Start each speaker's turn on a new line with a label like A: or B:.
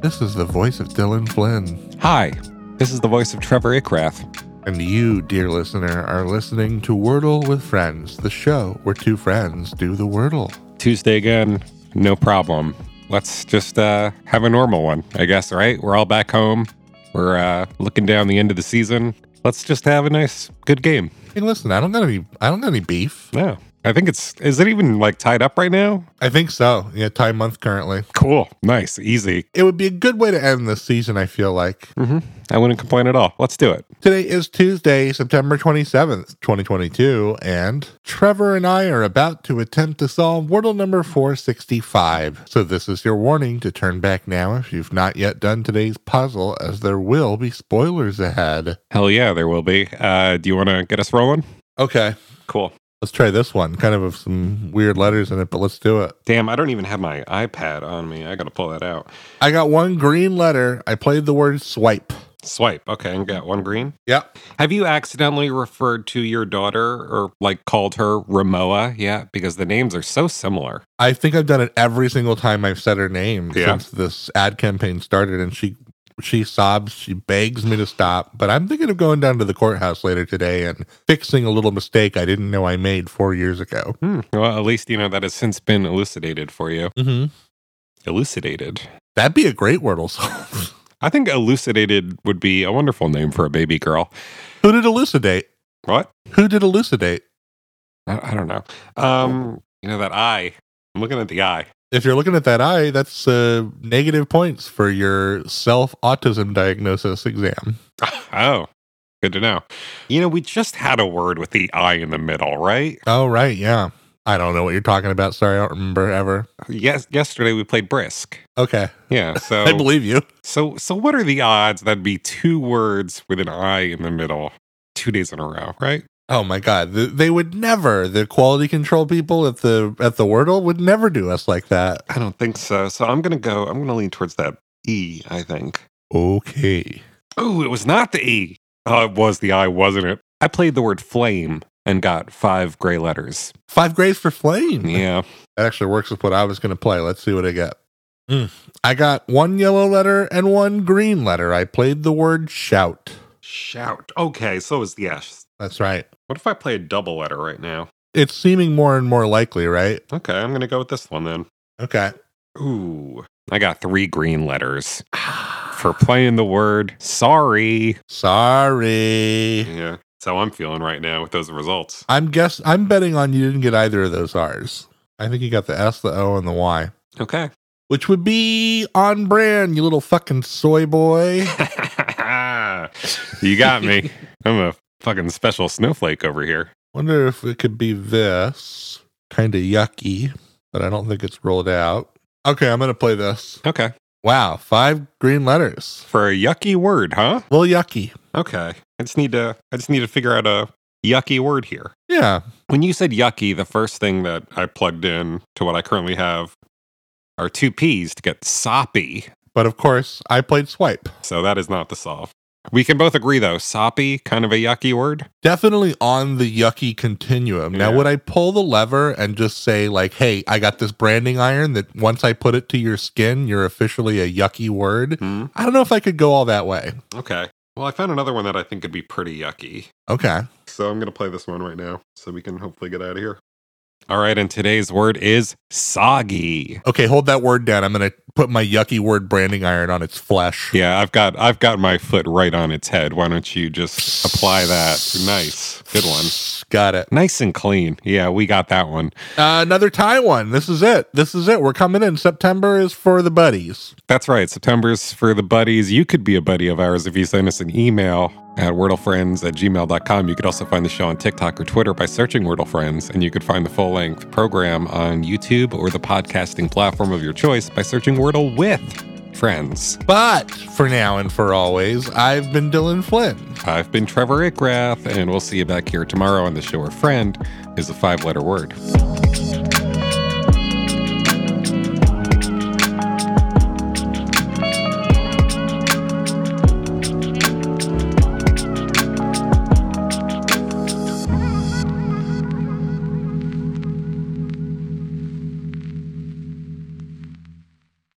A: This is the voice of Dylan Flynn.
B: Hi, this is the voice of Trevor Ickrath.
A: And you, dear listener, are listening to Wordle with Friends, the show where two friends do the Wordle.
B: Tuesday again, no problem. Let's just uh, have a normal one, I guess, right? We're all back home. We're uh, looking down the end of the season. Let's just have a nice, good game.
A: Hey, listen, I don't got any I don't got any beef.
B: Yeah. I think it's, is it even like tied up right now?
A: I think so. Yeah, tie month currently.
B: Cool. Nice. Easy.
A: It would be a good way to end this season, I feel like.
B: hmm I wouldn't complain at all. Let's do it.
A: Today is Tuesday, September 27th, 2022, and Trevor and I are about to attempt to solve Wordle number 465. So, this is your warning to turn back now if you've not yet done today's puzzle, as there will be spoilers ahead.
B: Hell yeah, there will be. Uh, do you want to get us rolling?
A: Okay,
B: Cool.
A: let's try this one. Kind of with some weird letters in it, but let's do it.
B: Damn, I don't even have my iPad on me. I got to pull that out.
A: I got one green letter. I played the word swipe.
B: Swipe. Okay, and got one green.
A: Yep.
B: Have you accidentally referred to your daughter or like called her Ramoa yet? Because the names are so similar.
A: I think I've done it every single time I've said her name
B: Yeah.
A: since this ad campaign started, and she she sobs, she begs me to stop. But I'm thinking of going down to the courthouse later today and fixing a little mistake I didn't know I made four years ago.
B: Hmm. Well, at least you know that has since been elucidated for you.
A: Mm-hmm.
B: Elucidated.
A: That'd be a great wordle solve.
B: I think elucidated would be a wonderful name for a baby girl.
A: Who did elucidate?
B: What?
A: Who did elucidate?
B: I, I don't know. Um, you know that eye. I'm looking at the eye.
A: If you're looking at that eye, that's uh, negative points for your self autism diagnosis exam.
B: Oh, good to know. You know, we just had a word with the eye in the middle, right?
A: Oh right, yeah. I don't know what you're talking about. Sorry, I don't remember ever.
B: Yes, yesterday we played brisk.
A: Okay,
B: Yeah, so
A: I believe you.
B: So, so what are the odds that'd be two words with an I in the middle, two days in a row, right?
A: Oh my god, Th- they would never. The quality control people at the at the Wordle would never do us like that.
B: I don't think so. So I'm gonna go. I'm gonna lean towards that E. I think.
A: Okay.
B: Oh, it was not the E. Oh, it was the I, wasn't it? I played the word flame and got five gray letters.
A: Five grades for flame.
B: Yeah.
A: That actually works with what I was going to play. Let's see what I get. Mm. I got one yellow letter and one green letter. I played the word shout.
B: Shout. Okay, so is the S.
A: That's right.
B: What if I play a double letter right now?
A: It's seeming more and more likely, right?
B: Okay, I'm gonna go with this one then.
A: Okay.
B: Ooh, I got three green letters for playing the word sorry.
A: Sorry.
B: Yeah. That's how I'm feeling right now with those results.
A: I'm guess I'm betting on you didn't get either of those R's. I think you got the S, the O, and the Y.
B: Okay.
A: which would be on brand, you little fucking soy boy.
B: you got me. I'm a fucking special snowflake over here.
A: Wonder if it could be this. Kind of yucky, but I don't think it's rolled out. Okay, I'm going to play this.
B: Okay.
A: Wow, five green letters.
B: For a yucky word, huh?
A: A little yucky.
B: Okay. I just need to I just need to figure out a yucky word here.
A: Yeah.
B: When you said yucky, the first thing that I plugged in to what I currently have are two P's to get soppy.
A: But of course, I played swipe.
B: So that is not the solve. We can both agree though, soppy, kind of a yucky word.
A: Definitely on the yucky continuum. Now,
B: Yeah.
A: would I pull the lever and just say, like, hey, I got this branding iron that once I put it to your skin, you're officially a yucky word?
B: Hmm.
A: I don't know if I could go all that way.
B: Okay. Well, I found another one that I think could be pretty yucky.
A: Okay.
B: So I'm going to play this one right now so we can hopefully get out of here. All right. And today's word is soggy.
A: Okay, hold that word down. I'm gonna put my yucky word branding iron on its flesh.
B: Yeah, I've got I've got my foot right on its head. Why don't you just apply that? Nice. Good one.
A: Got it.
B: Nice and clean. Yeah, we got that one.
A: Uh, another tie one. This is it. This is it. We're coming in. September is for the buddies.
B: That's right. September's for the buddies. You could be a buddy of ours if you send us an email at wordlefriends at gmail.com. You could also find the show on TikTok or Twitter by searching Wordle Friends, and you could find the full length program on YouTube or the podcasting platform of your choice by searching Wordle with Friends.
A: But for now and for always, I've been Dylan Flynn.
B: I've been Trevor Ickrath, and we'll see you back here tomorrow on the show where friend is a five letter word.